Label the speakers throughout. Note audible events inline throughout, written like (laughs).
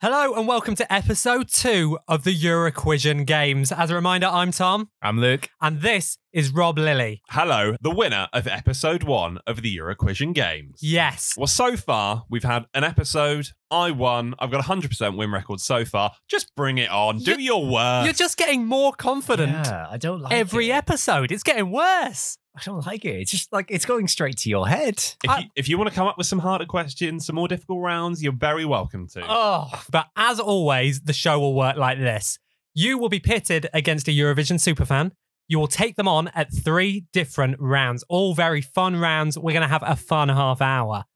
Speaker 1: Hello and welcome to episode two of the Euroquision Games. As a reminder, I'm Tom
Speaker 2: I'm Luke.
Speaker 1: and this is Rob Lilly.
Speaker 2: Hello, the winner of episode one of the Euroquision Games.
Speaker 1: Yes.
Speaker 2: Well, so far, we've had an episode. I won. I've got a 100% win record so far. Just bring it on. Do
Speaker 1: You-
Speaker 2: your work.
Speaker 1: You're just getting more confident
Speaker 3: Yeah, I don't like
Speaker 1: every
Speaker 3: it.
Speaker 1: episode. It's getting worse.
Speaker 3: I don't like it. It's just like it's going straight to your (laughs) head.
Speaker 2: if,
Speaker 1: I-
Speaker 2: you, if you want to come up with some harder questions, some more difficult rounds, you're very welcome to.
Speaker 1: Oh, but as always, the show will work like this. You will be pitted against a Eurovision superfan. You will take them on at three different rounds, all very fun rounds. We're going to have a fun half hour.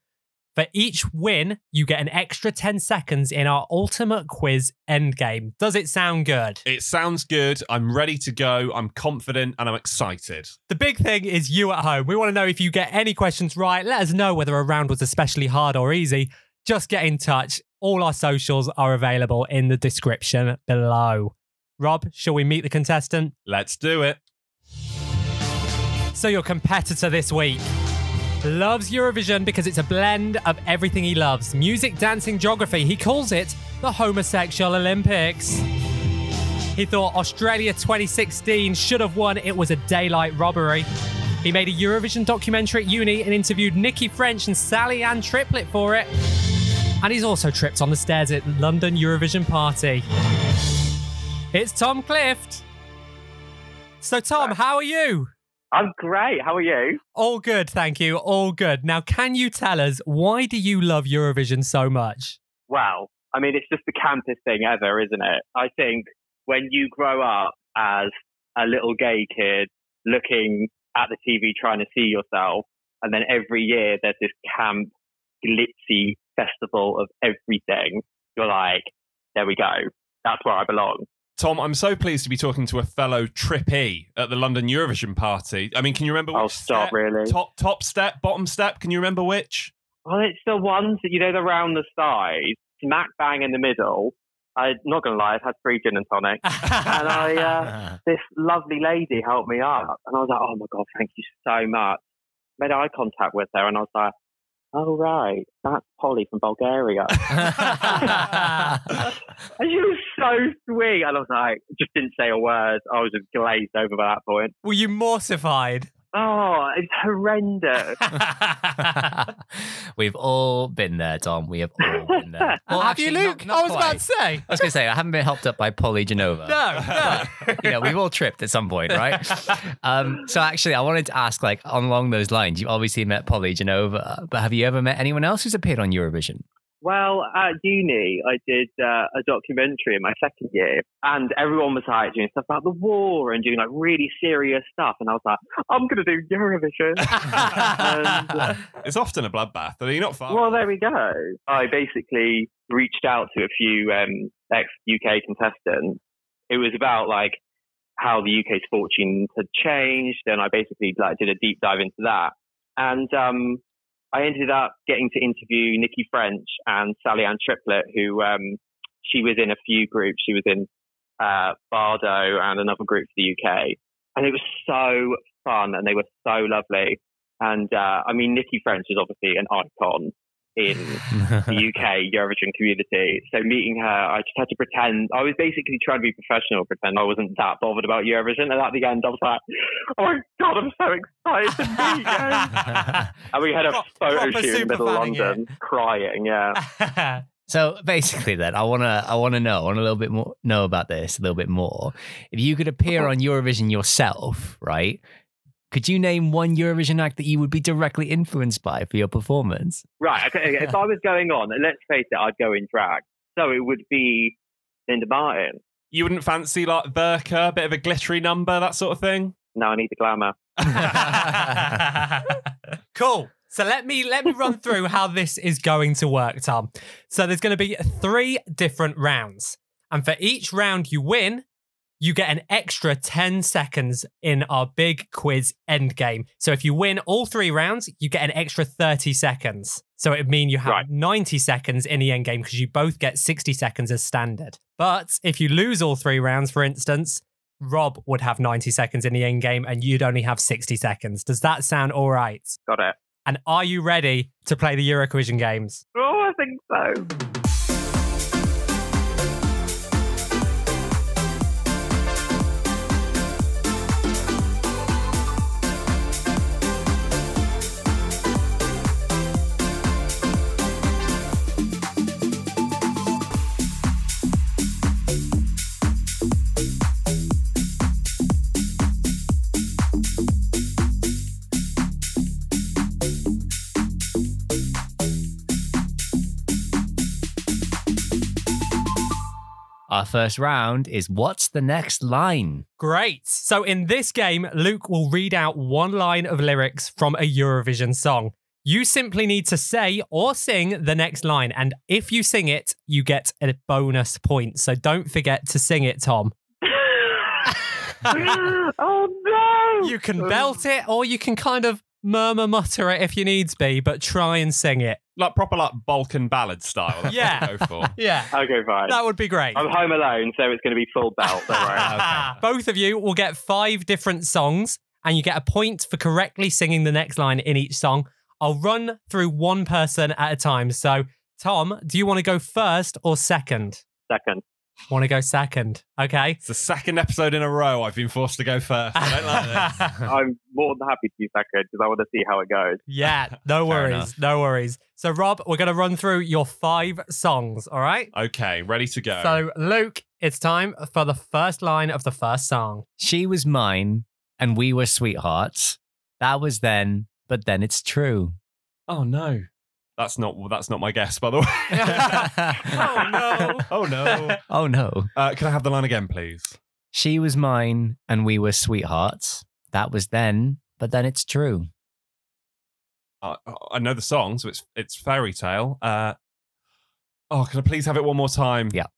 Speaker 1: For each win, you get an extra 10 seconds in our ultimate quiz endgame. Does it sound good?
Speaker 2: It sounds good. I'm ready to go. I'm confident and I'm excited.
Speaker 1: The big thing is you at home. We want to know if you get any questions right. Let us know whether a round was especially hard or easy. Just get in touch. All our socials are available in the description below. Rob, shall we meet the contestant?
Speaker 2: Let's do it.
Speaker 1: So, your competitor this week loves Eurovision because it's a blend of everything he loves music, dancing, geography. He calls it the Homosexual Olympics. He thought Australia 2016 should have won, it was a daylight robbery. He made a Eurovision documentary at uni and interviewed Nikki French and Sally Ann Triplett for it. And he's also tripped on the stairs at London Eurovision party. It's Tom Clift. So, Tom, how are you?
Speaker 4: I'm great. How are you?
Speaker 1: All good, thank you. All good. Now, can you tell us why do you love Eurovision so much?
Speaker 4: Well, I mean, it's just the campest thing ever, isn't it? I think when you grow up as a little gay kid looking at the TV trying to see yourself, and then every year there's this camp glitzy festival of everything, you're like, there we go. That's where I belong.
Speaker 2: Tom, I'm so pleased to be talking to a fellow trippy at the London Eurovision party. I mean, can you remember which
Speaker 4: I'll stop,
Speaker 2: step?
Speaker 4: really.
Speaker 2: Top top step, bottom step. Can you remember which?
Speaker 4: Well, it's the ones that, you know, they're round the side, smack bang in the middle. I'm not going to lie, I've had three gin and tonic. And I, uh, this lovely lady helped me up. And I was like, oh my God, thank you so much. Made eye contact with her and I was like, oh, right, that's Polly from Bulgaria.
Speaker 3: uh,
Speaker 4: and she was so sweet. And I was like, just didn't say a word. I was just glazed over by that point.
Speaker 1: Were you mortified?
Speaker 4: Oh, it's horrendous.
Speaker 3: (laughs) We've all been there, Tom. We have all been there. (laughs) Well,
Speaker 1: Have
Speaker 3: actually,
Speaker 1: you,
Speaker 3: not-
Speaker 1: Luke?
Speaker 3: not
Speaker 1: I was about
Speaker 3: quite.
Speaker 1: to say.
Speaker 3: I was going to say I haven't been helped up by Polly Genova.
Speaker 1: No, no.
Speaker 3: You know, we've all tripped at some point, (laughs) right? um, so actually, I wanted to ask, like, along those lines, you've obviously met Polly Genova, but have you ever met anyone else who's appeared on (laughs) Eurovision?
Speaker 4: Well, at uni, I did uh, a documentary in my second year, and everyone was like doing stuff about the war and doing like really serious stuff. And I was like, I'm going to do Eurovision. And, uh,
Speaker 2: (laughs) It's often a bloodbath. Are you not far?
Speaker 4: well, there we go. I basically reached out to a few um, ex UK contestants. It was about like how the UK's fortunes had changed, and I basically like did a deep dive into that. And um, I ended up getting to interview Nikki French and Sally Ann Triplett, who um, she was in a few groups. She was in uh, Bardo and another group for the UK, and it was so fun, and they were so lovely. And uh, I mean, Nikki French is obviously an icon
Speaker 1: (laughs)
Speaker 4: in the UK Eurovision community. So meeting her, I just had to pretend. I was basically trying to be professional, pretend I wasn't that bothered about Eurovision. And at the end, I was like, oh my God, I'm so excited to meet you. And we had a
Speaker 1: Pro-
Speaker 4: photo
Speaker 1: proper
Speaker 4: shoot in the middle of
Speaker 1: superfanning it.
Speaker 4: London, crying, yeah.
Speaker 3: (laughs)
Speaker 1: (laughs)
Speaker 3: So basically, then I wanna I wanna know I want a little bit more know about this a little bit more. If you could appear on Eurovision yourself, right? Could you name one Eurovision act that you would be directly influenced by for your performance?
Speaker 4: Right, okay, okay, if I was going on, and let's face it, I'd go in drag. So it would be Linda Martin.
Speaker 2: you wouldn't fancy like Verka, a bit of a glittery number, that sort of thing.
Speaker 4: Now I need the glamour.
Speaker 1: (laughs) cool. So let me let me run through how this is going to work, Tom. So there's going to be three different rounds, and for each round you win, you get an extra 10 seconds in our big quiz endgame. So if you win all three rounds, you get an extra 30 seconds. So it would mean you have
Speaker 4: Right.
Speaker 1: 90 seconds in the endgame because you both get 60 seconds as standard. But if you lose all three rounds, for instance, Rob would have 90 seconds in the endgame and you'd only have 60 seconds. Does that sound all right?
Speaker 4: Got it.
Speaker 1: And are (laughs) you ready to play the Eurovision games?
Speaker 4: Oh, I think so.
Speaker 3: Our first round is what's the next line?
Speaker 1: Great. So in this game, Luke will read out one line of lyrics from a Eurovision song. You simply need to say or sing the next line. And if you sing it, you get a bonus point. So don't forget to sing it, Tom.
Speaker 4: (laughs) oh no!
Speaker 1: You can belt it or you can kind of murmur, mutter it if you needs be, but try and sing it.
Speaker 2: Like proper like Balkan ballad style. That's
Speaker 1: Yeah.
Speaker 2: What I go for.
Speaker 1: (laughs) Yeah.
Speaker 4: Okay, fine.
Speaker 1: That would be great.
Speaker 4: I'm home alone, so it's going to be full belt.
Speaker 1: (laughs)
Speaker 4: Don't worry.
Speaker 1: Both of you will get five different songs, and you get a point for correctly singing the next line in each song. I'll run through one person at a time. So, Tom, do you want to go first or second?
Speaker 4: Second.
Speaker 1: Want to go second? Okay.
Speaker 2: It's the second episode in a row I've been forced to go first. I don't
Speaker 1: (laughs)
Speaker 2: like this.
Speaker 4: I'm more than happy to be second because I want to see how it goes.
Speaker 1: yeah, no worries.
Speaker 3: enough.
Speaker 1: No worries. So, Rob, we're going to run through your five songs. All right.
Speaker 2: Okay, ready to go.
Speaker 1: So, Luke, it's time for the first line of the first song.
Speaker 3: She was mine and we were sweethearts. That was then, but then it's true.
Speaker 2: oh no. That's not that's not my guess, by the
Speaker 1: (laughs)
Speaker 2: way.
Speaker 3: oh
Speaker 1: no.
Speaker 2: (laughs) oh no.
Speaker 3: no.
Speaker 2: Uh, can I have the line again, please?
Speaker 3: She was mine and we were sweethearts. That was then, but then it's true.
Speaker 2: Uh, I know the song, so it's it's fairy tale. Uh, oh, can I please have it one more time?
Speaker 3: Yeah.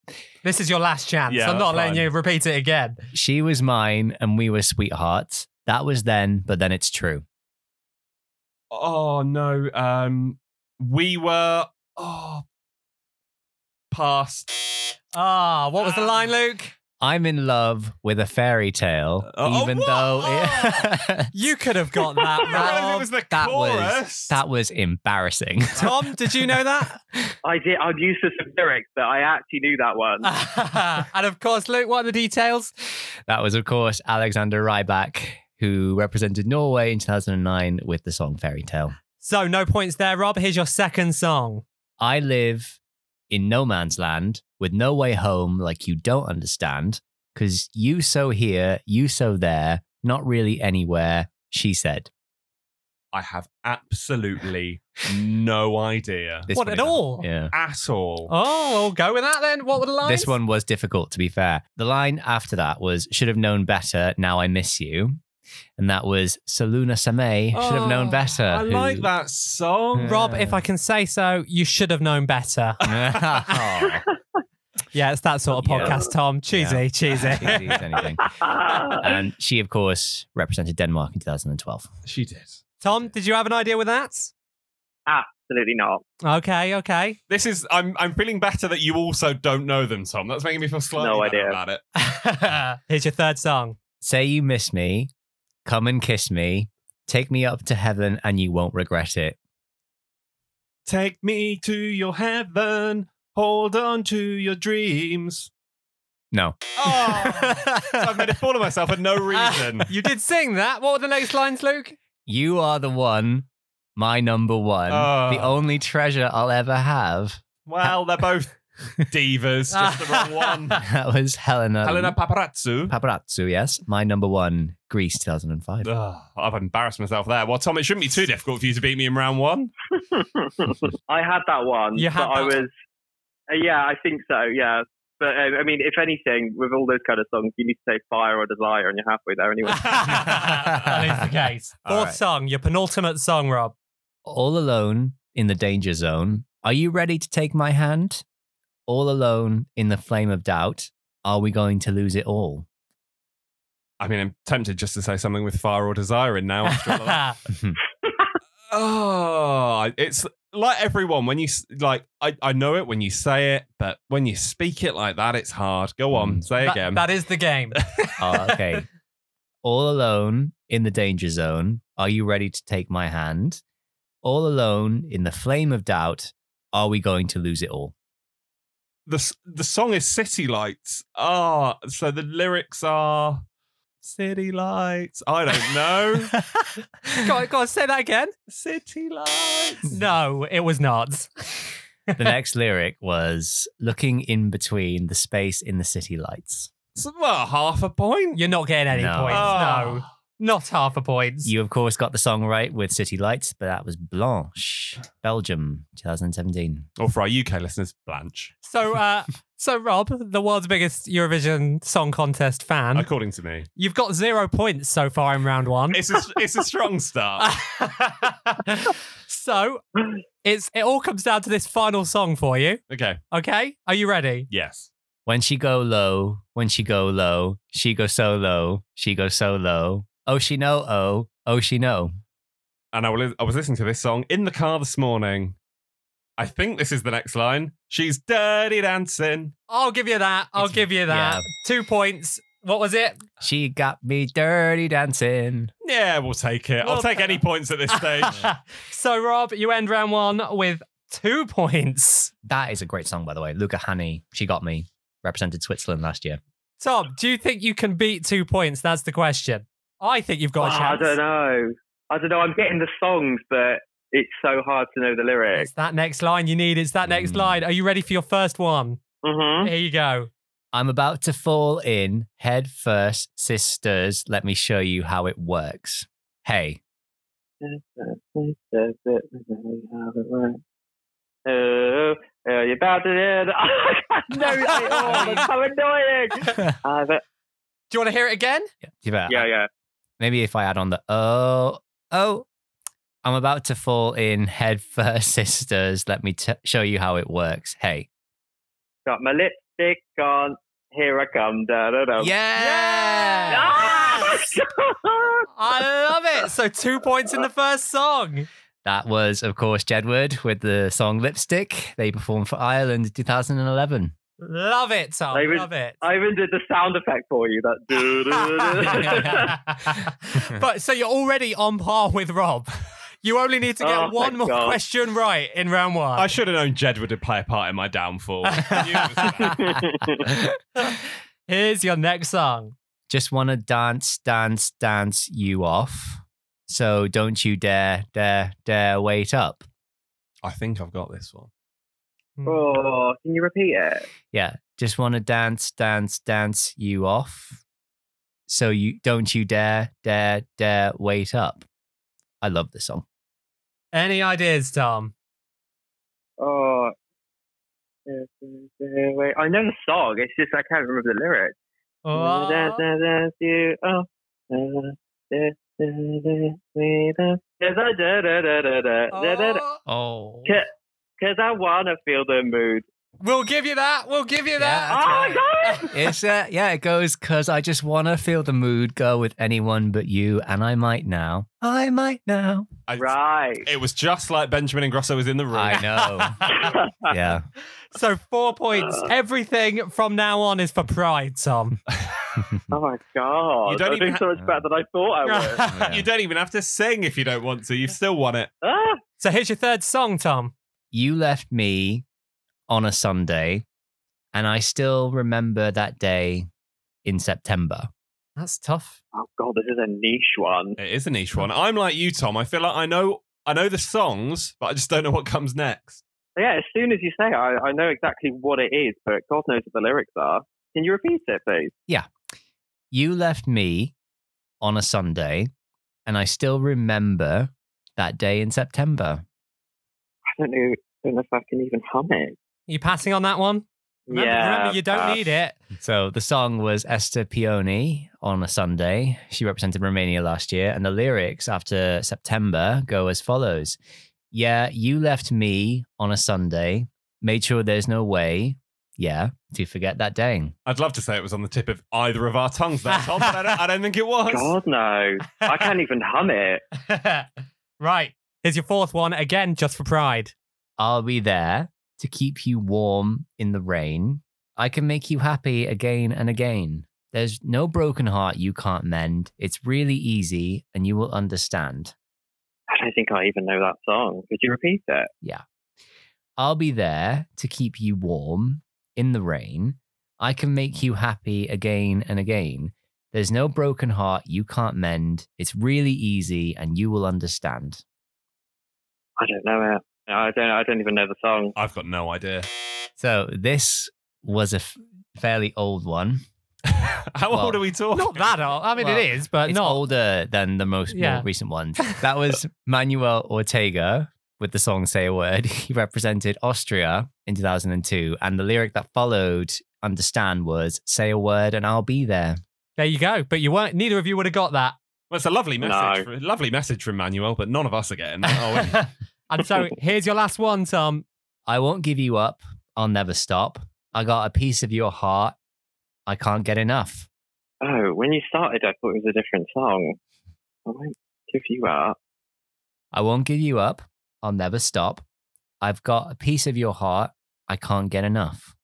Speaker 1: This is your last chance.
Speaker 2: Yeah,
Speaker 1: I'm not
Speaker 2: that's
Speaker 1: letting
Speaker 2: fine.
Speaker 1: you repeat it again.
Speaker 3: She was mine and we were sweethearts. That was then, but then it's true.
Speaker 2: Oh no. Um, we were oh past.
Speaker 1: Ah, what was the
Speaker 2: Ah.
Speaker 1: line, Luke?
Speaker 3: I'm in love with a fairy tale,
Speaker 2: Oh,
Speaker 3: even
Speaker 2: what? Oh.
Speaker 3: though
Speaker 1: You could have got that,
Speaker 2: I realised
Speaker 1: Rob.
Speaker 2: (laughs) it was the
Speaker 3: that was
Speaker 2: chorus.
Speaker 3: (laughs) that was embarrassing.
Speaker 1: Tom, did you know that? (laughs)
Speaker 4: I did. I'm used to some lyrics, but I actually knew
Speaker 1: (laughs)
Speaker 4: that one.
Speaker 1: and of course, Luke, what are the details?
Speaker 3: That was, of course, Alexander Rybak, who represented Norway in 2009 with the song Fairy Tale.
Speaker 1: So, no points there, Rob. Here's your second song.
Speaker 3: I live in no man's land with no way home, like you don't understand, because you so here, you so there, not really anywhere, she said.
Speaker 2: I have absolutely no idea
Speaker 3: This
Speaker 1: what
Speaker 3: one
Speaker 1: at
Speaker 3: is-
Speaker 1: all?
Speaker 3: Yeah.
Speaker 2: at all.
Speaker 1: Oh, we'll go with that then. What were the lines?
Speaker 3: This one was difficult, to be fair. The line after that was, should have known better, now I miss you. And that was, Saluna Sameh, should have known
Speaker 1: Oh,
Speaker 3: better.
Speaker 2: I
Speaker 3: who-
Speaker 2: like that song.
Speaker 1: Rob, if I can say so, you should have known
Speaker 2: (laughs)
Speaker 1: better.
Speaker 3: (laughs) Oh,
Speaker 1: Yeah, it's that sort of
Speaker 3: Yeah.
Speaker 1: podcast, Tom. Cheesy,
Speaker 3: Yeah.
Speaker 1: cheesy.
Speaker 3: (laughs) if it is anything. And she, of course, represented Denmark in 2012.
Speaker 2: She did.
Speaker 1: (laughs) Tom, did you have an idea with that?
Speaker 4: Absolutely not. (laughs)
Speaker 1: Okay, okay. (laughs)
Speaker 2: This is I'm I'm feeling better that you also don't know them, Tom. That's making me feel slightly
Speaker 4: No
Speaker 2: better
Speaker 4: idea.
Speaker 2: about it.
Speaker 1: Here's your third song.
Speaker 2: (laughs)
Speaker 1: (laughs)
Speaker 3: Say you miss me, come and kiss me, take me up to heaven, and you won't regret it.
Speaker 2: Take me to your heaven. Hold on to your dreams.
Speaker 3: No.
Speaker 2: Oh, so I've made a fool of myself for no reason.
Speaker 1: you did sing that. What were the next lines,
Speaker 3: (laughs)
Speaker 1: Luke?
Speaker 3: you are the one, my number one,
Speaker 2: Oh.
Speaker 3: the only treasure I'll ever have. (laughs)
Speaker 2: well,
Speaker 1: (laughs)
Speaker 2: they're both divas, just the wrong one.
Speaker 1: Um,
Speaker 3: That was Helena.
Speaker 2: Helena Paparazzu.
Speaker 3: Paparazzo, yes. My number one, Greece 2005.
Speaker 2: Ugh, I've embarrassed myself there. Well, Tom, it shouldn't be too difficult for you to beat me in
Speaker 1: (laughs)
Speaker 2: round one.
Speaker 4: I had that one.
Speaker 1: You had
Speaker 4: but I
Speaker 1: that
Speaker 4: was. Uh, yeah, I think so. Yeah. But um, I mean, if anything, with all those kind of songs, you need to say fire or desire, and you're halfway there anyway.
Speaker 1: that is the
Speaker 3: (laughs)
Speaker 1: case.
Speaker 3: All
Speaker 1: Fourth
Speaker 3: right.
Speaker 1: song, your penultimate song, Rob.
Speaker 3: All alone in the danger zone. Are you ready to take my hand? All alone in the flame of doubt. Are we going to lose it all?
Speaker 2: I mean, I'm tempted just to say something with fire or desire in now. After all of that.
Speaker 1: (laughs)
Speaker 2: Oh, it's like everyone when you s- like. I, I know it when you say it, but when you speak it like that, it's hard. Go on,
Speaker 3: Mm.
Speaker 2: say
Speaker 1: That-
Speaker 2: again.
Speaker 1: that is the
Speaker 3: (laughs)
Speaker 1: game.
Speaker 2: (laughs)
Speaker 3: Oh, okay. All alone in the danger zone. Are you ready to take my hand? All alone in the flame of doubt. Are we going to lose it all?
Speaker 2: the s- the song is City Lights. Ah, so the lyrics are City Lights. I don't know.
Speaker 1: go, on, go on, say that again.
Speaker 3: (laughs)
Speaker 2: City Lights.
Speaker 1: No, it was not.
Speaker 3: The next lyric was looking in between the space in the city lights.
Speaker 2: So, well, half a point.
Speaker 1: You're not getting any
Speaker 3: No.
Speaker 1: points. No, not half a point.
Speaker 3: You, of course, got the song right with City Lights, but that was Blanche, Belgium, 2017.
Speaker 2: Oh, Or for our UK listeners, Blanche.
Speaker 1: So, uh, So, Rob, the world's biggest Eurovision Song Contest fan,
Speaker 2: According to
Speaker 3: (laughs)
Speaker 2: me,
Speaker 1: you've got zero points so far in round one. (laughs)
Speaker 2: it's a, it's a
Speaker 3: (laughs)
Speaker 2: strong start.
Speaker 1: so, it's it all comes down to this final song for you.
Speaker 2: Okay.
Speaker 1: Okay, are you ready?
Speaker 2: Yes.
Speaker 3: When she go low, when she go low, she go so low, she go so low. Oh, she know, oh, oh, she know.
Speaker 2: And I, will, I was listening to this song in the car this morning. I think this is the next line. She's dirty dancing.
Speaker 1: I'll give you that. I'll
Speaker 3: It's-
Speaker 1: give you that.
Speaker 3: yeah.
Speaker 1: Two points. What was it?
Speaker 3: She got me dirty dancing.
Speaker 2: Yeah, we'll take it. I'll
Speaker 1: Well
Speaker 2: take
Speaker 1: done.
Speaker 2: any points at this
Speaker 3: (laughs)
Speaker 2: stage.
Speaker 1: (laughs) so, Rob, you end round one with two points.
Speaker 3: That is a great song, by the way. Luca Hani, she got me. Represented Switzerland last year.
Speaker 1: Tom, do you think you can beat two points? That's the question. I think you've (laughs) got a
Speaker 4: Ah, I
Speaker 1: chance.
Speaker 4: don't know. I don't know. I'm getting the songs, but it's so hard to know the lyrics.
Speaker 1: It's that next line you need. It's that next
Speaker 3: Mm.
Speaker 1: line. Are you ready for your first one?
Speaker 4: hmm
Speaker 1: Here you go.
Speaker 3: I'm about to fall in head first, sisters. Let me show you how it works. Hey, (laughs)
Speaker 4: Oh, uh, you're about to hear the- no, oh, that's so annoying. Uh, but,
Speaker 1: Do you want to hear it again?
Speaker 3: you better-
Speaker 4: yeah, yeah.
Speaker 3: maybe if I add on the oh oh, I'm about to fall in head first, (laughs) sisters. Let me t- show you how it works. Hey,
Speaker 4: Got my lipstick on. Here I come. Da, da, da.
Speaker 1: Yeah!
Speaker 4: Ah,
Speaker 1: I love it. So two points in the first song.
Speaker 3: that was of course Jedward with the song Lipstick. They performed for Ireland in 2011.
Speaker 1: Love it, Tom.
Speaker 4: I was-
Speaker 1: love it.
Speaker 4: I even did the sound effect for you. That. da, da, da.
Speaker 1: but so you're already on par with Rob. You only need to get
Speaker 4: Oh,
Speaker 1: one
Speaker 4: thank
Speaker 1: more
Speaker 4: God.
Speaker 1: question right in round one.
Speaker 2: I should have known Jedward would play a part in
Speaker 3: (laughs)
Speaker 2: my downfall. I knew it was gonna happen.
Speaker 1: (laughs) Here's your next song.
Speaker 3: Just wanna dance, dance, dance you off. So don't you dare, dare, dare wait up.
Speaker 2: I think I've got this one.
Speaker 4: oh, can you repeat it?
Speaker 3: Yeah. Just want to dance, dance, dance you off. So you don't you dare, dare, dare wait up. I love this song.
Speaker 1: Any ideas, Tom?
Speaker 4: Oh. Wait, I know the song. It's just I can't remember the lyrics.
Speaker 1: Oh.
Speaker 4: Cause
Speaker 3: Oh.
Speaker 4: Yeah. I wanna feel the mood.
Speaker 1: We'll give you that. We'll give you
Speaker 4: Oh
Speaker 1: that.
Speaker 4: my god!
Speaker 1: (laughs)
Speaker 3: It's uh, yeah, it goes cause I just wanna feel the mood go with anyone but you, and I might now. I might now.
Speaker 2: I-
Speaker 4: Right.
Speaker 2: It was just like Benjamin Ingrosso was in the room.
Speaker 3: I know. yeah.
Speaker 1: (laughs)
Speaker 3: (laughs)
Speaker 1: So four
Speaker 4: Uh.
Speaker 1: points. Everything from now on is for pride, Tom.
Speaker 4: (laughs) Oh my god!
Speaker 2: You don't
Speaker 4: I'm
Speaker 2: even
Speaker 4: doing so much better than I thought I
Speaker 1: (laughs)
Speaker 4: was.
Speaker 2: You don't even have to sing if you don't want to. You've still won it.
Speaker 4: ah,
Speaker 1: so here's your third song, Tom.
Speaker 3: you left me on a Sunday, and I still remember that day in September.
Speaker 1: That's tough.
Speaker 4: oh god, this is a niche one.
Speaker 2: It is a niche one. I'm like you, Tom. I feel like I know I know the songs, but I just don't know what comes next.
Speaker 4: Yeah, as soon as you say, it, I, I know exactly what it is, but God knows what the lyrics are. Can you repeat it, please?
Speaker 3: You left me on a Sunday, and I still remember that day in September.
Speaker 4: I don't know. Don't know if I can even hum it.
Speaker 1: You passing on that one? Remember,
Speaker 4: yeah.
Speaker 1: remember you don't
Speaker 4: uh,
Speaker 1: need it.
Speaker 3: So the song was Esther Peony on a Sunday. She represented Romania last year, and the lyrics after September go as follows Yeah, you left me on a Sunday, made sure there's no way, yeah, to forget that day.
Speaker 2: I'd love to say it was on the tip of either of our tongues, that Tom, but I don't, I don't think it was.
Speaker 4: God no! I can't even hum it.
Speaker 1: (laughs) right. Here's your fourth one again, just for pride.
Speaker 3: I'll be there to keep you warm in the rain. I can make you happy again and again. There's no broken heart you can't mend. It's really easy and you will understand.
Speaker 4: I don't think I even know that song. Could you repeat it?
Speaker 3: I'll be there to keep you warm in the rain. I can make you happy again and again. There's no broken heart you can't mend. It's really easy and you will understand.
Speaker 4: I don't know it. I don't. I don't even know the song.
Speaker 2: I've got no idea. (laughs)
Speaker 3: So, this was a f- fairly old one.
Speaker 2: How
Speaker 3: Well,
Speaker 2: old are we talking?
Speaker 1: Not that old. I mean,
Speaker 3: Well,
Speaker 1: it is, but
Speaker 3: it's
Speaker 1: not.
Speaker 3: older than the most more
Speaker 1: Uh, (laughs) Yeah.
Speaker 3: recent ones. That was Manuel Ortega with the song Say a Word. (laughs) He represented Austria in 2002. And the lyric that followed, Understand, was Say a Word and I'll be there.
Speaker 1: There you go. But you weren't. Neither of you would have got
Speaker 3: (laughs)
Speaker 1: that.
Speaker 2: Well, it's a lovely
Speaker 4: No.
Speaker 2: message. fr- Lovely message from Manuel, but none of us are getting that, are
Speaker 3: Oh,
Speaker 1: (laughs)
Speaker 2: we?
Speaker 1: And so here's your last one, Tom.
Speaker 3: I won't give you up. I'll never stop. I got a piece of your heart. I can't get enough.
Speaker 4: Oh, when you started, I thought it was a different song. I won't give you up.
Speaker 3: I won't give you up. I'll never stop. I've got a piece of your heart. I can't get enough.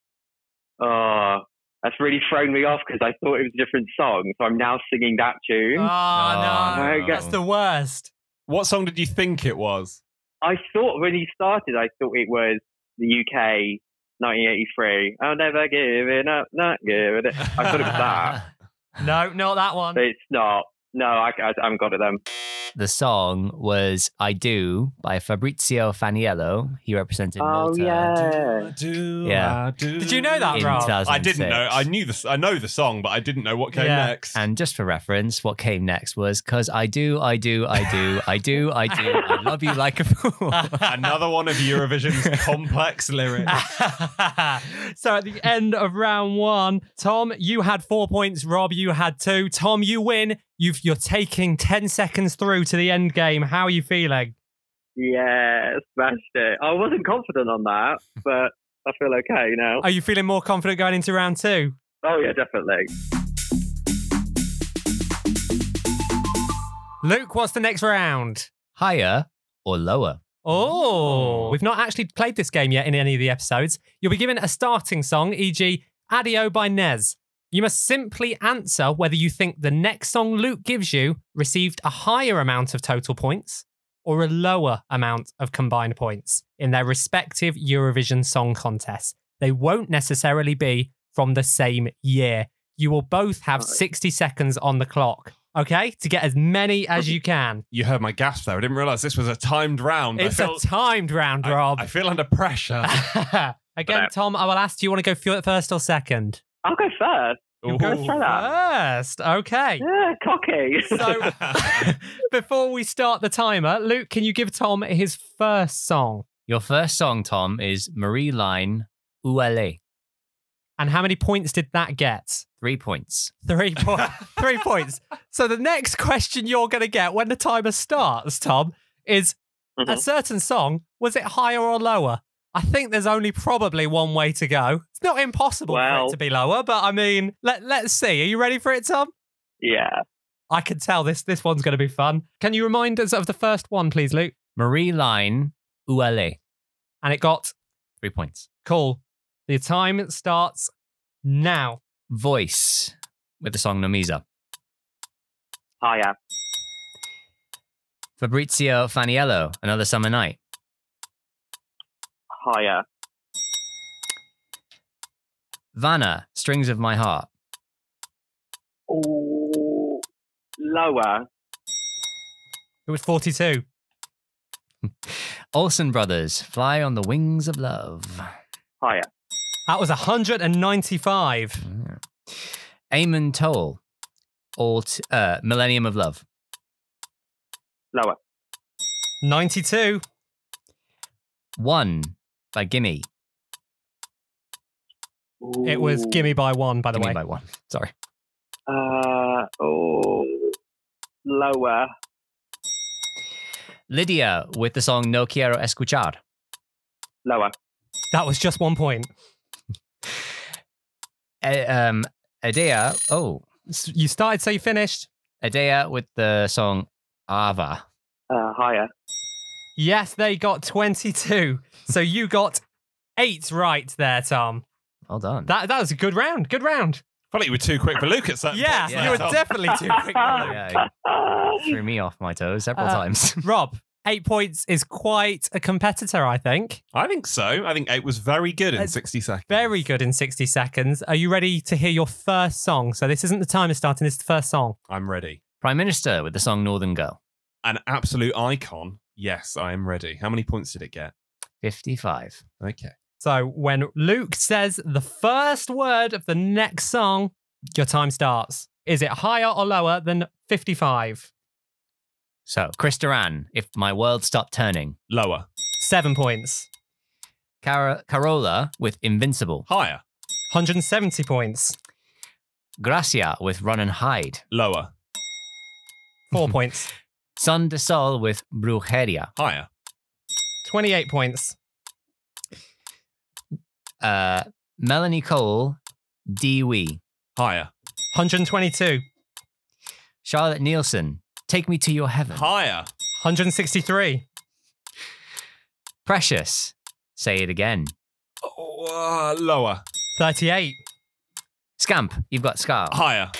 Speaker 4: Oh, that's really thrown me off because I thought it was a different song. So I'm now singing that
Speaker 1: Oh,
Speaker 4: tune.
Speaker 1: no.
Speaker 4: my
Speaker 1: That's the worst.
Speaker 2: what song did you think it was?
Speaker 4: I thought when you started, I thought it was the UK 1983. I'll never give it up, not give it. up. I thought it was
Speaker 3: (laughs)
Speaker 4: that,
Speaker 3: Ah.
Speaker 1: No, not that one.
Speaker 4: but it's not. No, I, I, I haven't got it then.
Speaker 3: the song was I Do by Fabrizio Faniello. He represented
Speaker 4: Oh
Speaker 3: Malta.
Speaker 4: yeah.
Speaker 2: Do
Speaker 3: Yeah.
Speaker 2: I do?
Speaker 1: Did you know that,
Speaker 3: In
Speaker 1: Rob?
Speaker 3: 2006.
Speaker 2: I didn't know. I knew the. I know the song, but I didn't know what came
Speaker 1: Yeah.
Speaker 2: next.
Speaker 3: And just for reference, what came next was because I do, I do, I do, I do, I do,
Speaker 2: (laughs)
Speaker 3: I love you like a fool.
Speaker 2: Another one of Eurovision's complex lyrics.
Speaker 1: (laughs) so at the end of round one, Tom, you had four points. Rob, you had two. Tom, you win. You've, you're taking 10 seconds through to the end game. How are you feeling?
Speaker 4: Yeah, smashed it. I wasn't confident on
Speaker 1: (laughs)
Speaker 4: that, but I feel okay now.
Speaker 1: Are you feeling more confident going into round two?
Speaker 4: Oh yeah, definitely.
Speaker 1: Luke, what's the next round?
Speaker 3: Higher or lower?
Speaker 1: Oh, we've not actually played this game yet in any of the episodes. You'll be given a starting song, e.g., Adio by Nez. You must simply answer whether you think the next song Luke gives you received a higher amount of total points or a lower amount of combined points in their respective Eurovision Song Contest. They won't necessarily be from the same year. You will both have
Speaker 4: Right.
Speaker 1: 60 seconds on the clock, okay, to get as many as you can.
Speaker 2: You heard my gasp there. I didn't realize this was a timed round.
Speaker 1: It's
Speaker 2: I
Speaker 1: a
Speaker 2: feel,
Speaker 1: timed round,
Speaker 2: I-
Speaker 1: Rob.
Speaker 2: I feel under pressure.
Speaker 1: (laughs) Again, Tom, I will ask, do you want to go f- first or second?
Speaker 4: I'll go first.
Speaker 2: Ooh.
Speaker 4: go
Speaker 2: (laughs)
Speaker 4: for that.
Speaker 1: First. Okay.
Speaker 4: Yeah, cocky.
Speaker 1: So (laughs) before we start the timer, Luke, can you give Tom his first song?
Speaker 3: Your first song, Tom, is Marie Line Ouale.
Speaker 1: And how many points did that get?
Speaker 3: Three points.
Speaker 1: Three, po- three points. So the next question you're going to get when the timer starts, Tom, is a
Speaker 4: Mhm.
Speaker 1: certain song, was it higher or lower? I think there's only probably one way to go. It's not impossible for
Speaker 4: Well-
Speaker 1: it to be lower, but I mean, let, let's see. Are you ready for it, Tom?
Speaker 4: (laughs) yeah.
Speaker 1: I can tell this this one's going to be fun. Can you remind us of the first one, please, Luke?
Speaker 3: Marie Line Ouale.
Speaker 1: And it got
Speaker 3: Three points.
Speaker 1: cool. The time starts now.
Speaker 3: Voice with the song Nomiza.
Speaker 4: Higher.
Speaker 3: Fabrizio Faniello, Another Summer Night.
Speaker 4: Higher.
Speaker 3: Vanna, Strings of My Heart.
Speaker 4: Ooh. Lower.
Speaker 1: It was 42.
Speaker 3: Olsen Brothers, Fly on the Wings of Love.
Speaker 4: Higher.
Speaker 1: That was 195.
Speaker 3: Amon Toll, All t- uh, Millennium of Love.
Speaker 4: Lower.
Speaker 1: 92.
Speaker 3: One by Gimme.
Speaker 1: It was
Speaker 4: Ooh.
Speaker 1: Gimme by One, by the
Speaker 3: Gimme
Speaker 1: way.
Speaker 3: by one. Sorry.
Speaker 4: Uh, oh. Lower.
Speaker 3: Lydia with the song No Quiero Escuchar.
Speaker 4: Lower.
Speaker 1: That was just one point.
Speaker 3: A- um, Adea, oh,
Speaker 1: S- You started, so you finished.
Speaker 3: Adea with the song Ava.
Speaker 4: Uh, higher.
Speaker 1: Yes, they got 22. So you got eight right there, Tom.
Speaker 3: Well done.
Speaker 1: That, that was a good round. Good round.
Speaker 2: Probably you were too quick for Luke at certain
Speaker 1: Yeah,
Speaker 2: points
Speaker 3: Yeah.
Speaker 1: you
Speaker 2: there,
Speaker 1: were
Speaker 2: Tom.
Speaker 1: definitely too quick. for Luke.
Speaker 3: (laughs) yeah,
Speaker 4: Ah.
Speaker 3: it threw me off my toes several
Speaker 1: Uh,
Speaker 3: times. (laughs)
Speaker 2: (laughs)
Speaker 1: Rob, eight points is quite a competitor, I think.
Speaker 2: I think so. I think eight was very good in
Speaker 1: That's
Speaker 2: 60 seconds.
Speaker 1: Very good in 60 seconds. Are you ready to hear your first song? So this isn't the timer starting, this is the first song.
Speaker 2: I'm ready.
Speaker 3: Prime Minister with the song Northern Girl.
Speaker 2: An absolute icon. Yes, I am ready. How many points did it get?
Speaker 3: 55.
Speaker 2: Okay.
Speaker 1: So when Luke says the first word of the next song, your time starts. Is it higher or lower than 55?
Speaker 3: So, Chris Duran, If My World Stopped Turning.
Speaker 2: Lower.
Speaker 1: Seven points.
Speaker 3: Cara- Carola with Invincible.
Speaker 2: Higher,
Speaker 1: 170 points.
Speaker 3: Gracia with Run and Hide.
Speaker 2: lower,
Speaker 1: Four points.
Speaker 3: Son de Sol with Brujeria.
Speaker 2: higher,
Speaker 1: 28 points.
Speaker 3: Uh, Melanie Cole, Dee Wee.
Speaker 2: higher,
Speaker 1: 122.
Speaker 3: Charlotte Nielsen, Take Me to Your Heaven.
Speaker 2: higher,
Speaker 1: 163.
Speaker 3: Precious, Say It Again.
Speaker 2: oh, uh, lower,
Speaker 1: 38.
Speaker 3: Scamp, you've got Scar.
Speaker 2: higher.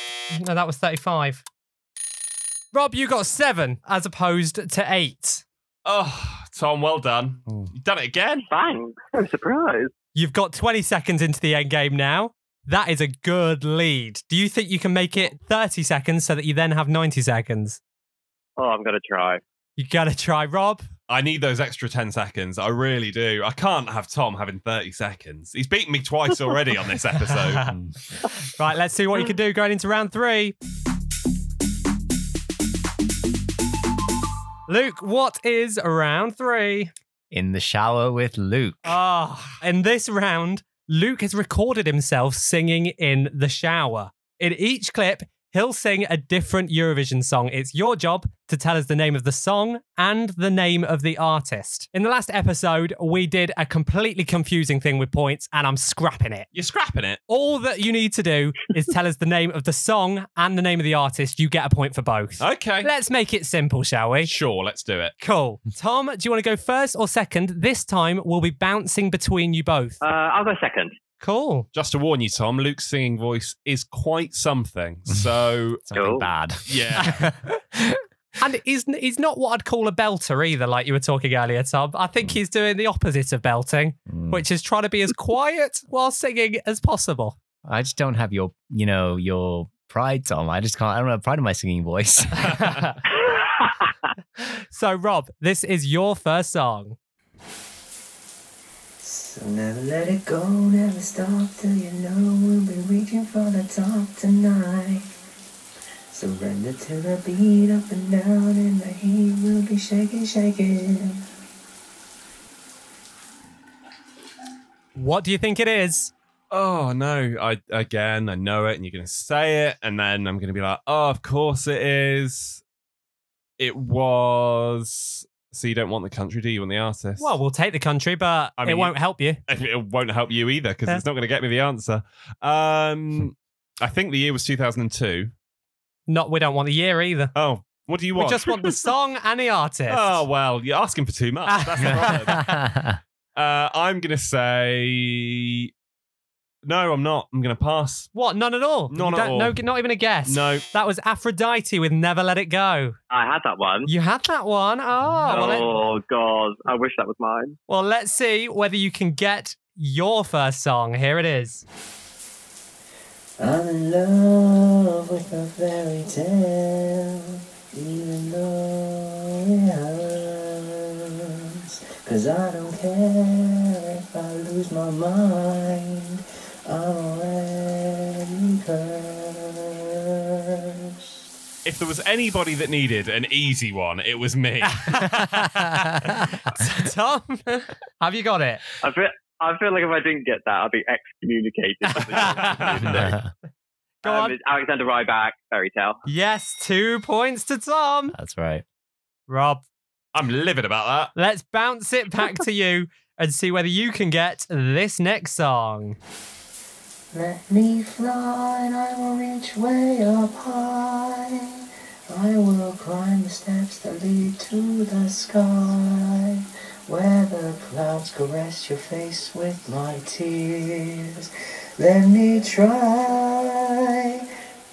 Speaker 1: No, that was 35. Rob, you got seven as opposed to eight.
Speaker 2: Oh, Tom, well done.
Speaker 3: Mm.
Speaker 2: You've done it again.
Speaker 4: Bang! I'm surprised.
Speaker 1: You've got 20 seconds into the end game now. That is a good lead. Do you think you can make it 30 seconds so that you then have 90 seconds?
Speaker 4: Oh, I'm gonna try.
Speaker 1: You gotta try, Rob.
Speaker 2: I need those extra 10 seconds. I really do. I can't have Tom having 30 seconds. He's beaten me twice already on
Speaker 3: (laughs)
Speaker 2: this episode.
Speaker 1: right, let's see what you can do going into round three. Luke, what is round three?
Speaker 3: In the Shower with Luke.
Speaker 1: Ah, in this round, Luke has recorded himself singing in the shower. In each clip, he'll sing a different Eurovision song. It's your job to tell us the name of the song and the name of the artist. In the last episode, we did a completely confusing thing with points, and I'm scrapping it.
Speaker 2: You're scrapping it.
Speaker 1: All that you need to do is tell us the name of the song and the name of the artist. You get a point for both.
Speaker 2: Okay.
Speaker 1: Let's make it simple, shall we?
Speaker 2: Sure, let's do it.
Speaker 1: Cool. Tom, do you want to go first or second? This time we'll be bouncing between you both.
Speaker 4: Uh, I'll go second. (laughs)
Speaker 1: Cool.
Speaker 2: Just to warn you, Tom, Luke's singing voice is quite something. So,
Speaker 3: Something (laughs)
Speaker 4: Cool.
Speaker 3: bad.
Speaker 2: yeah.
Speaker 1: And he's, he's not what I'd call a belter either, like you were talking earlier, Tom. I think
Speaker 2: Hmm.
Speaker 1: he's doing the opposite of belting,
Speaker 3: Mm.
Speaker 1: which is trying to be as quiet while singing as possible.
Speaker 3: I just don't have your, you know, your pride, Tom. I just can't. I don't have pride in my singing (laughs) voice.
Speaker 1: So, Rob, this is your first song.
Speaker 5: So never let it go, never stop till you know we'll be reaching for the top tonight. Surrender to the beat up and down in the heat, we'll be shaking, shaking.
Speaker 1: What do you think it is?
Speaker 2: oh, no. I Again, I know it. And you're going to say it. And then I'm going to be like, oh, of course it is. It was. So, you don't want the country, do you? You want the artist?
Speaker 1: Well, we'll take the country, but
Speaker 2: I mean,
Speaker 1: it won't help you.
Speaker 2: it won't help you either because
Speaker 1: Yeah.
Speaker 2: it's not going to get me the answer. Um, I think the year was 2002.
Speaker 1: Not we don't want the year either.
Speaker 2: Oh, (laughs) what do you
Speaker 1: We
Speaker 2: want?
Speaker 1: just want the
Speaker 2: (laughs)
Speaker 1: song and the artist.
Speaker 2: Oh well, you're asking for too
Speaker 1: (laughs)
Speaker 2: much. That's the problem. Uh, I'm gonna say no. I'm not. I'm gonna pass.
Speaker 1: What? None at all.
Speaker 2: None
Speaker 1: You
Speaker 2: at
Speaker 1: don't-
Speaker 2: all.
Speaker 1: No, not even a guess.
Speaker 2: No.
Speaker 1: That was Aphrodite with Never Let It Go.
Speaker 4: I had that one.
Speaker 1: You had that one. Oh, well, let,
Speaker 4: Oh God, I wish that was mine.
Speaker 1: well, let's see whether you can get your first song. Here it (laughs) is.
Speaker 5: I'm in love with a fairy tale, even though it hurts. Cause I don't care if I lose my mind, I'm already cursed.
Speaker 2: If there was anybody that needed an easy one, it was
Speaker 1: (laughs)
Speaker 2: me.
Speaker 1: Tom, have you got it?
Speaker 4: I feel. I feel like if I didn't get that, I'd be
Speaker 2: (laughs)
Speaker 4: excommunicated.
Speaker 1: Go
Speaker 4: Um,
Speaker 1: on.
Speaker 4: it's Alexander Ryback, Fairy Tale.
Speaker 1: Yes, two points to Tom.
Speaker 3: That's right.
Speaker 1: Rob,
Speaker 2: I'm livid about
Speaker 1: let's bounce it back to you and see whether you can get this next song.
Speaker 5: Let me fly and I will reach way up high. I will climb the steps that lead to the sky. Where the clouds caress your face with my tears. Let me try.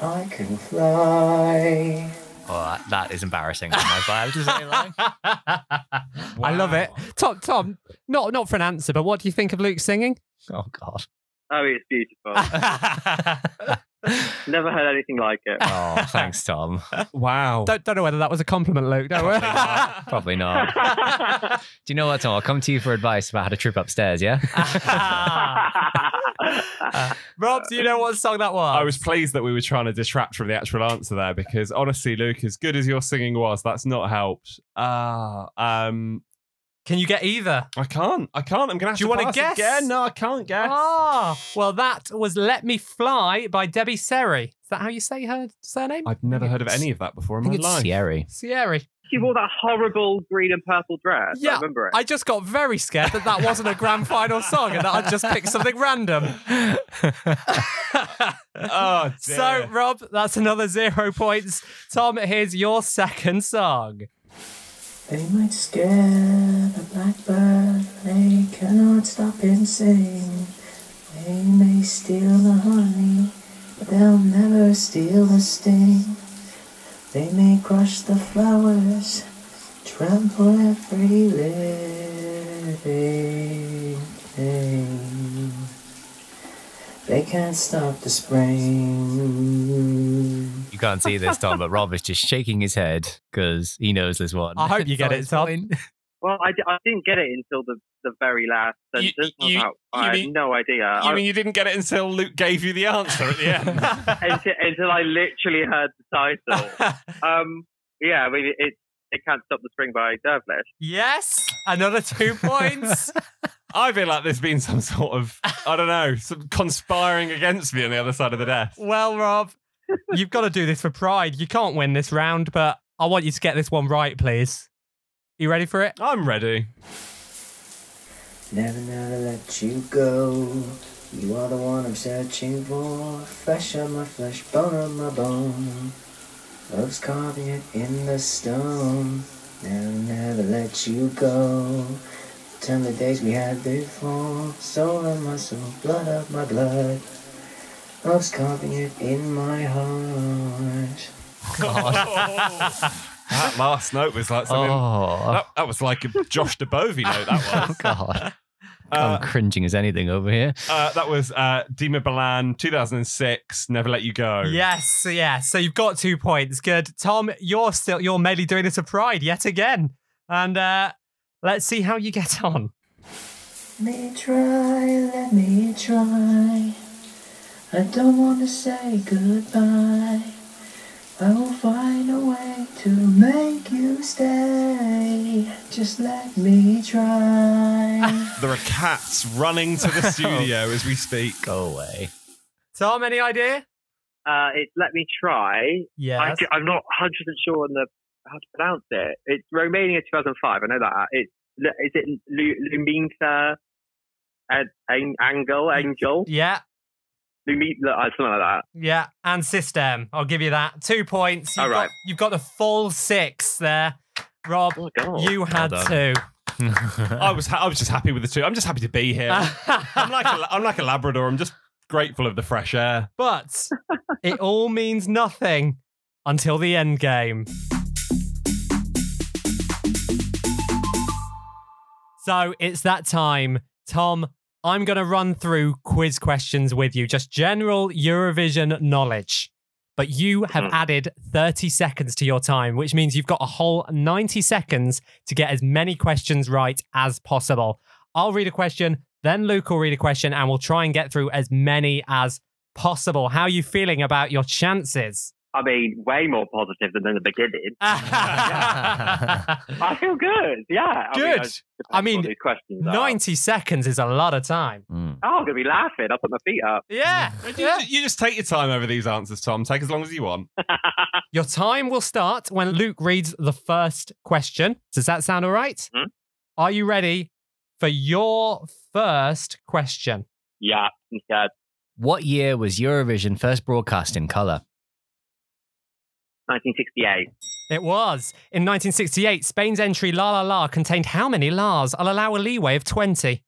Speaker 5: I can fly.
Speaker 3: Oh, that, that is (laughs) embarrassing on my part. Just say like-
Speaker 1: I love it. Tom, Tom, not not for an answer, but what do you think of Luke (laughs) singing?
Speaker 3: oh God.
Speaker 4: Oh, it's beautiful.
Speaker 2: (laughs)
Speaker 4: Never heard anything like it.
Speaker 3: Oh, thanks, Tom.
Speaker 2: that. Wow.
Speaker 1: Don't, don't know whether that was a compliment, Luke. Don't worry.
Speaker 3: Probably not. Do you know what, Tom? I'll come to you for advice about how to trip upstairs. Yeah.
Speaker 1: (laughs)
Speaker 2: Ah.
Speaker 1: Rob, do you know what song that was?
Speaker 2: I was pleased that we were trying to detract from the actual answer there because honestly, Luke, as good as your singing was, that's not helped. Ah, um,
Speaker 1: Can you get either?
Speaker 2: I can't. I can't. I'm gonna have
Speaker 1: Do you
Speaker 2: to
Speaker 1: wanna
Speaker 2: pass
Speaker 1: guess?
Speaker 2: again. No, I can't guess.
Speaker 3: Oh.
Speaker 1: Ah, well, that was "Let Me Fly" by Debbie Seri. Is that how you say her surname?
Speaker 2: I've never heard of any of that before
Speaker 3: I
Speaker 2: in
Speaker 3: think
Speaker 2: my
Speaker 3: it's
Speaker 2: life.
Speaker 3: Sierra.
Speaker 1: Seri.
Speaker 4: (laughs) She wore that horrible green and purple dress.
Speaker 1: Yeah,
Speaker 4: I remember it.
Speaker 1: I just got very scared that that wasn't a grand final song and that I'd just picked something
Speaker 4: (laughs)
Speaker 1: random.
Speaker 2: Oh,
Speaker 1: so,
Speaker 2: dear.
Speaker 1: Rob, that's another zero points. Tom, here's your second song.
Speaker 5: They might scare the blackbird, they cannot stop and sing. They may steal the honey, but they'll never steal the sting. They may crush the flowers, trample every living thing. They can't stop the spring.
Speaker 3: You can't see this, Tom, but Rob is just shaking his head because he knows this one.
Speaker 1: I hope you get
Speaker 3: So
Speaker 1: it, (laughs)
Speaker 3: it's
Speaker 1: Tom.
Speaker 3: fine.
Speaker 4: well, I, di- I didn't get it until the, the very last
Speaker 2: You-
Speaker 4: sentence. I was
Speaker 2: you-
Speaker 4: like,
Speaker 2: you
Speaker 4: I had
Speaker 2: mean-
Speaker 4: no idea.
Speaker 2: You
Speaker 4: I-
Speaker 2: mean you didn't get it until Luke gave you the answer at the end?
Speaker 4: until, until I literally heard the title. um, yeah, I mean, it, it, it can't stop the spring by Dervish.
Speaker 1: (laughs) yes, another two
Speaker 4: (laughs)
Speaker 1: points.
Speaker 2: (laughs) I feel like there's been some sort of, I don't know, some conspiring against me on the other side of the desk.
Speaker 1: well, Rob, you've got to do this for pride. You can't win this round, but I want you to get this one right, please. You ready for it?
Speaker 2: I'm ready.
Speaker 5: Never, never let you go. You are the one I'm searching for. Flesh of my flesh, bone of my bone. Love's carving it in the stone. Never, never let you go. Turn the days we had before. Soul of my soul, blood of my blood. Love's carving it in my heart.
Speaker 2: That last note was like something.
Speaker 3: Oh,
Speaker 2: That, that was like a Josh DeBovey
Speaker 3: (laughs)
Speaker 2: note. That was.
Speaker 1: (laughs)
Speaker 3: God.
Speaker 2: Uh,
Speaker 3: I'm cringing as anything over here.
Speaker 2: uh, that was uh, Dima Balan, 2006. Never let you go.
Speaker 1: Yes, yes. So you've got two points. Good. Tom, you're still you're mainly doing this for pride yet again. And uh let's see how you get (laughs) on.
Speaker 5: Let me try, let me try. I don't want to say goodbye. I will find a way to make you stay. Just let me try.
Speaker 2: There are cats running
Speaker 3: (laughs)
Speaker 2: to
Speaker 3: Oh,
Speaker 2: the studio as we speak.
Speaker 3: Go away.
Speaker 1: Tom, any idea?
Speaker 4: Uh, it's Let Me Try. I
Speaker 1: Yes.
Speaker 4: d- I'm not 100% sure on the how to pronounce it. It's Romania 2005. I know that. It's, is it Lu- Luminta and, An Angle? Angel?
Speaker 1: Yeah,
Speaker 4: Lumi- uh, something like that.
Speaker 1: yeah. And system. I'll give you that. Two points. You've
Speaker 4: All
Speaker 1: got,
Speaker 4: right.
Speaker 1: You've got the full six there. Rob,
Speaker 4: Oh, God.
Speaker 1: you had
Speaker 3: done.
Speaker 1: two.
Speaker 2: I was, ha- I was just happy with the two. I'm just happy to be here.
Speaker 1: (laughs)
Speaker 4: Ah.
Speaker 2: I'm like, a, I'm like a Labrador. I'm just grateful of the fresh air.
Speaker 1: But it all means nothing until the end game. So it's that time. Tom, I'm going to run through quiz questions with you, just general Eurovision knowledge. But you have
Speaker 4: Mhm.
Speaker 1: added 30 seconds to your time, which means you've got a whole 90 seconds to get as many questions right as possible. I'll read a question, then Luke will read a question, and we'll try and get through as many as possible. How are you feeling about your chances? (laughs)
Speaker 4: I mean, way more positive than in the beginning. I feel good. Yeah. I mean,
Speaker 1: Good. I mean,
Speaker 4: depends what these questions are.
Speaker 1: 90 seconds is a lot of time.
Speaker 3: Mm.
Speaker 4: Oh, I'm gonna be laughing. I'll put my feet up.
Speaker 1: Yeah.
Speaker 2: You,
Speaker 1: yeah.
Speaker 2: you just take your time over these answers, Tom. Take as long as you want.
Speaker 1: Your time will start when Luke reads the first question. Does that sound all right?
Speaker 4: Hmm?
Speaker 1: Are you ready for your first question?
Speaker 4: Yeah, I'm scared.
Speaker 3: What year was Eurovision first broadcast in colour?
Speaker 4: 1968.
Speaker 1: It was. In 1968, Spain's entry La La La contained how many La's? I'll allow a leeway of 20.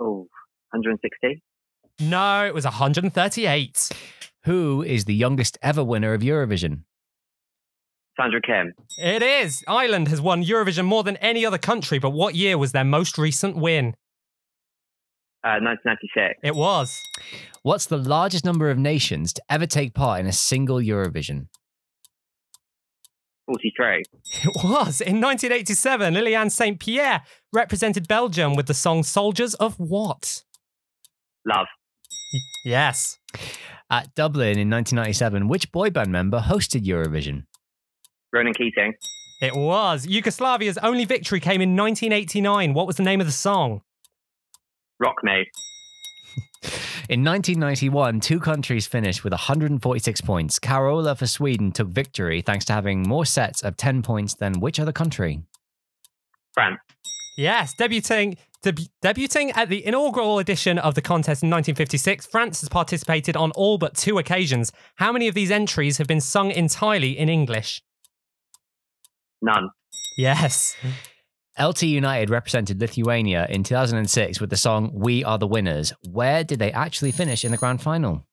Speaker 4: Oh, 160.
Speaker 1: No, it was 138.
Speaker 3: Who is the youngest ever winner of Eurovision?
Speaker 4: Sandra Kim.
Speaker 1: It is. Ireland has won Eurovision more than any other country, but what year was their most recent win?
Speaker 4: Uh, 1996.
Speaker 1: It was. (laughs)
Speaker 3: What's the largest number of nations to ever take part in a single Eurovision?
Speaker 4: 43.
Speaker 1: It was. In 1987, Liliane St. Pierre represented Belgium with the song Soldiers of What?
Speaker 4: Love.
Speaker 1: Yes.
Speaker 3: At Dublin in 1997, which boy band member hosted Eurovision?
Speaker 4: Ronan Keating.
Speaker 1: It was. Yugoslavia's only victory came in 1989. What was the name of the song?
Speaker 4: Rock me.
Speaker 3: In 1991, two countries finished with 146 points. Carola for Sweden took victory thanks to having more sets of 10 points than which other country?
Speaker 4: France.
Speaker 1: Yes, debuting deb- debuting at the inaugural edition of the contest in 1956, France has participated on all but two occasions. How many of these entries have been sung entirely in English?
Speaker 4: None.
Speaker 1: Yes.
Speaker 3: LT United represented Lithuania in 2006 with the song We Are the Winners. Where did they actually finish in the grand final?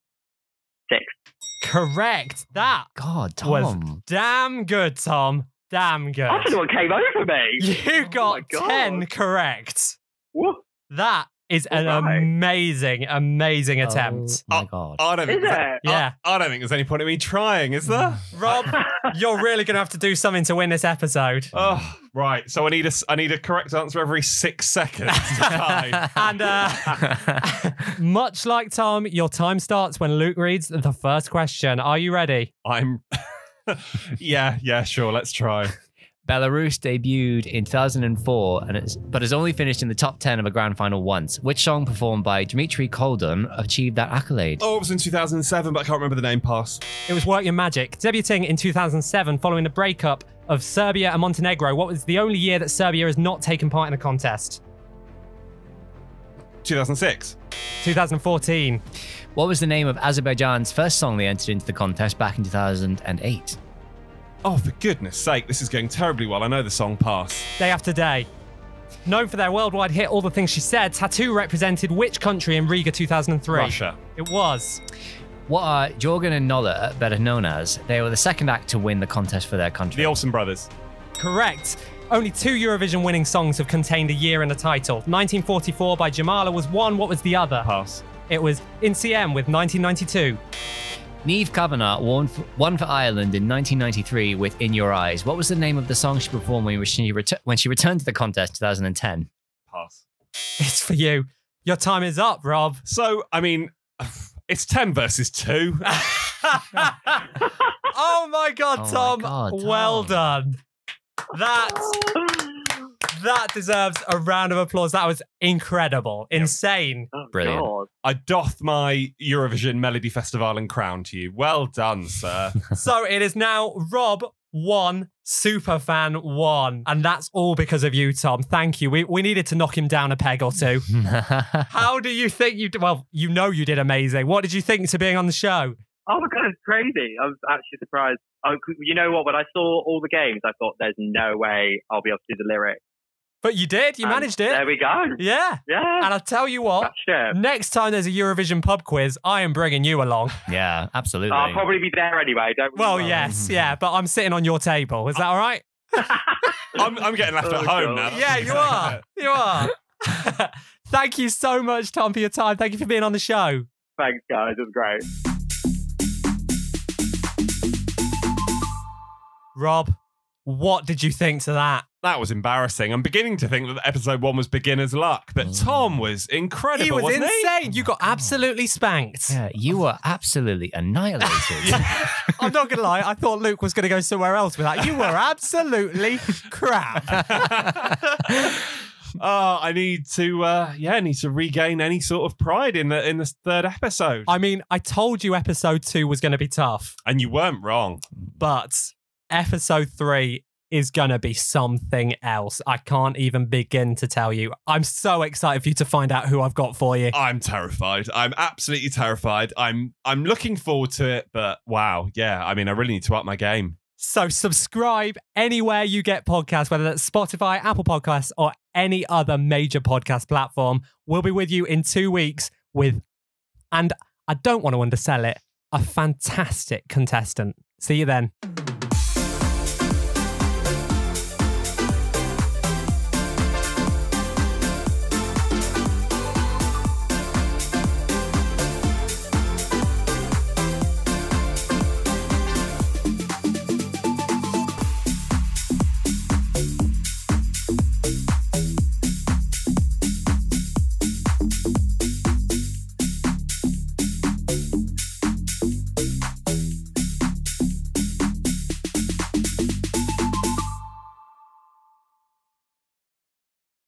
Speaker 1: Correct. That
Speaker 3: God, Tom.
Speaker 1: Was- damn good, Tom. Damn good.
Speaker 4: I don't know what came
Speaker 1: (laughs)
Speaker 4: over me.
Speaker 1: You
Speaker 4: Oh my
Speaker 1: got
Speaker 4: God.
Speaker 1: 10 correct.
Speaker 4: What?
Speaker 1: That is an
Speaker 4: Alright.
Speaker 1: amazing, amazing
Speaker 3: (laughs)
Speaker 1: attempt.
Speaker 3: Oh, my God.
Speaker 2: I don't
Speaker 4: Is
Speaker 2: think.
Speaker 4: it?
Speaker 1: Yeah.
Speaker 2: I, I don't think there's any point in me trying, is there?
Speaker 1: Rob, you're really going to have to do something to win this episode.
Speaker 2: Oh, right. So I need a s- I need a correct answer every six seconds. to tie.
Speaker 1: And uh,
Speaker 3: (laughs)
Speaker 1: much like Tom, your time starts when Luke reads the first question. Are you ready?
Speaker 2: I'm. (laughs) yeah, yeah, sure. Let's try.
Speaker 3: Belarus debuted in 2004 and it's, but has only finished in the top 10 of a grand final once. Which song performed by Dmitry Koldun achieved that accolade?
Speaker 2: Oh, it was in 2007, but I can't remember the name. Pass.
Speaker 1: It was Work Your Magic, debuting in 2007 following the breakup of Serbia and Montenegro. What was the only year that Serbia has not taken part in a contest?
Speaker 2: 2006.
Speaker 1: 2014.
Speaker 3: What was the name of Azerbaijan's first song they entered into the contest back in 2008?
Speaker 2: Oh, for goodness sake, this is going terribly well. I know the song Pass.
Speaker 1: Day after day. Known for their worldwide hit All the Things She Said, Tattoo represented which country in Riga 2003?
Speaker 2: Russia.
Speaker 1: It was.
Speaker 3: What are Jorgen and Nola better known as? They were the second act to win the contest for their country.
Speaker 2: The Olsen brothers.
Speaker 1: Correct. Only two Eurovision winning songs have contained a year and a title. 1944 by Jamala was one. What was the other?
Speaker 2: Pass.
Speaker 1: It was In CM with 1992.
Speaker 3: Neve Kavanagh won for, won for Ireland in 1993 with In Your Eyes. What was the name of the song she performed when she, retu- when she returned to the contest in 2010?
Speaker 2: Pass.
Speaker 1: It's for you. Your time is up, Rob.
Speaker 2: So, I mean, (sighs) it's 10 versus 2.
Speaker 1: oh my god,
Speaker 3: Oh my
Speaker 1: Tom.
Speaker 3: God,
Speaker 1: Well done. That that deserves a round of applause. That was incredible. Insane.
Speaker 4: Oh,
Speaker 3: Brilliant. (laughs)
Speaker 4: God.
Speaker 2: I doff my Eurovision Melody Festival and crown to you. Well done, sir.
Speaker 1: (laughs) so it is now Rob one, Superfan one. And that's all because of you, Tom. Thank you. We we needed to knock him down a peg or two. How do you think you did? Well, you know you did amazing. What did you think to being on the show?
Speaker 4: Oh my god, it's crazy. I was actually surprised. Oh, c- you know what? When I saw all the games, I thought there's no way I'll be able to do the lyrics.
Speaker 1: But you did. You
Speaker 4: And
Speaker 1: managed it.
Speaker 4: There we go.
Speaker 1: yeah.
Speaker 4: Yeah.
Speaker 1: And I'll tell you what, (laughs)
Speaker 4: That's it.
Speaker 1: next time there's a Eurovision pub quiz, I am bringing you along.
Speaker 3: yeah, absolutely.
Speaker 4: I'll Uh, probably be there anyway. Don't
Speaker 1: Well,
Speaker 4: worry.
Speaker 1: yes, yeah, but I'm sitting on your table. Is that all right?
Speaker 2: I'm, I'm getting left at
Speaker 4: Oh,
Speaker 2: home
Speaker 4: God.
Speaker 2: now.
Speaker 1: Yeah, you are. You are. (laughs) Thank you so much, Tom, for your time. Thank you for being on the show.
Speaker 4: Thanks, guys. It was great.
Speaker 1: Rob, what did you think to that?
Speaker 2: (laughs) That was embarrassing. I'm beginning to think that episode one was beginner's luck, but Tom was incredible.
Speaker 1: Mm. He was
Speaker 2: wasn't
Speaker 1: insane. You got absolutely spanked.
Speaker 3: Yeah, you were absolutely annihilated.
Speaker 1: (laughs)
Speaker 4: (laughs)
Speaker 1: I'm not going to lie. I thought Luke was going to go somewhere else with that. You (laughs) were absolutely crap.
Speaker 2: (laughs) Oh, I need to, uh, yeah, I need to regain any sort of pride in the in this third episode.
Speaker 1: I mean, I told you episode two was going to be tough.
Speaker 2: and you weren't wrong.
Speaker 1: but episode three is gonna be something else. I can't even begin to tell you. I'm so excited for you to find out who I've got for you.
Speaker 2: I'm terrified. I'm absolutely terrified. I'm I'm looking forward to it, but wow, yeah. I mean, I really need to up my game.
Speaker 1: So subscribe anywhere you get podcasts, whether that's Spotify, Apple Podcasts, or any other major podcast platform. We'll be with you in two weeks with, and I don't want to undersell it, a fantastic contestant. See you then.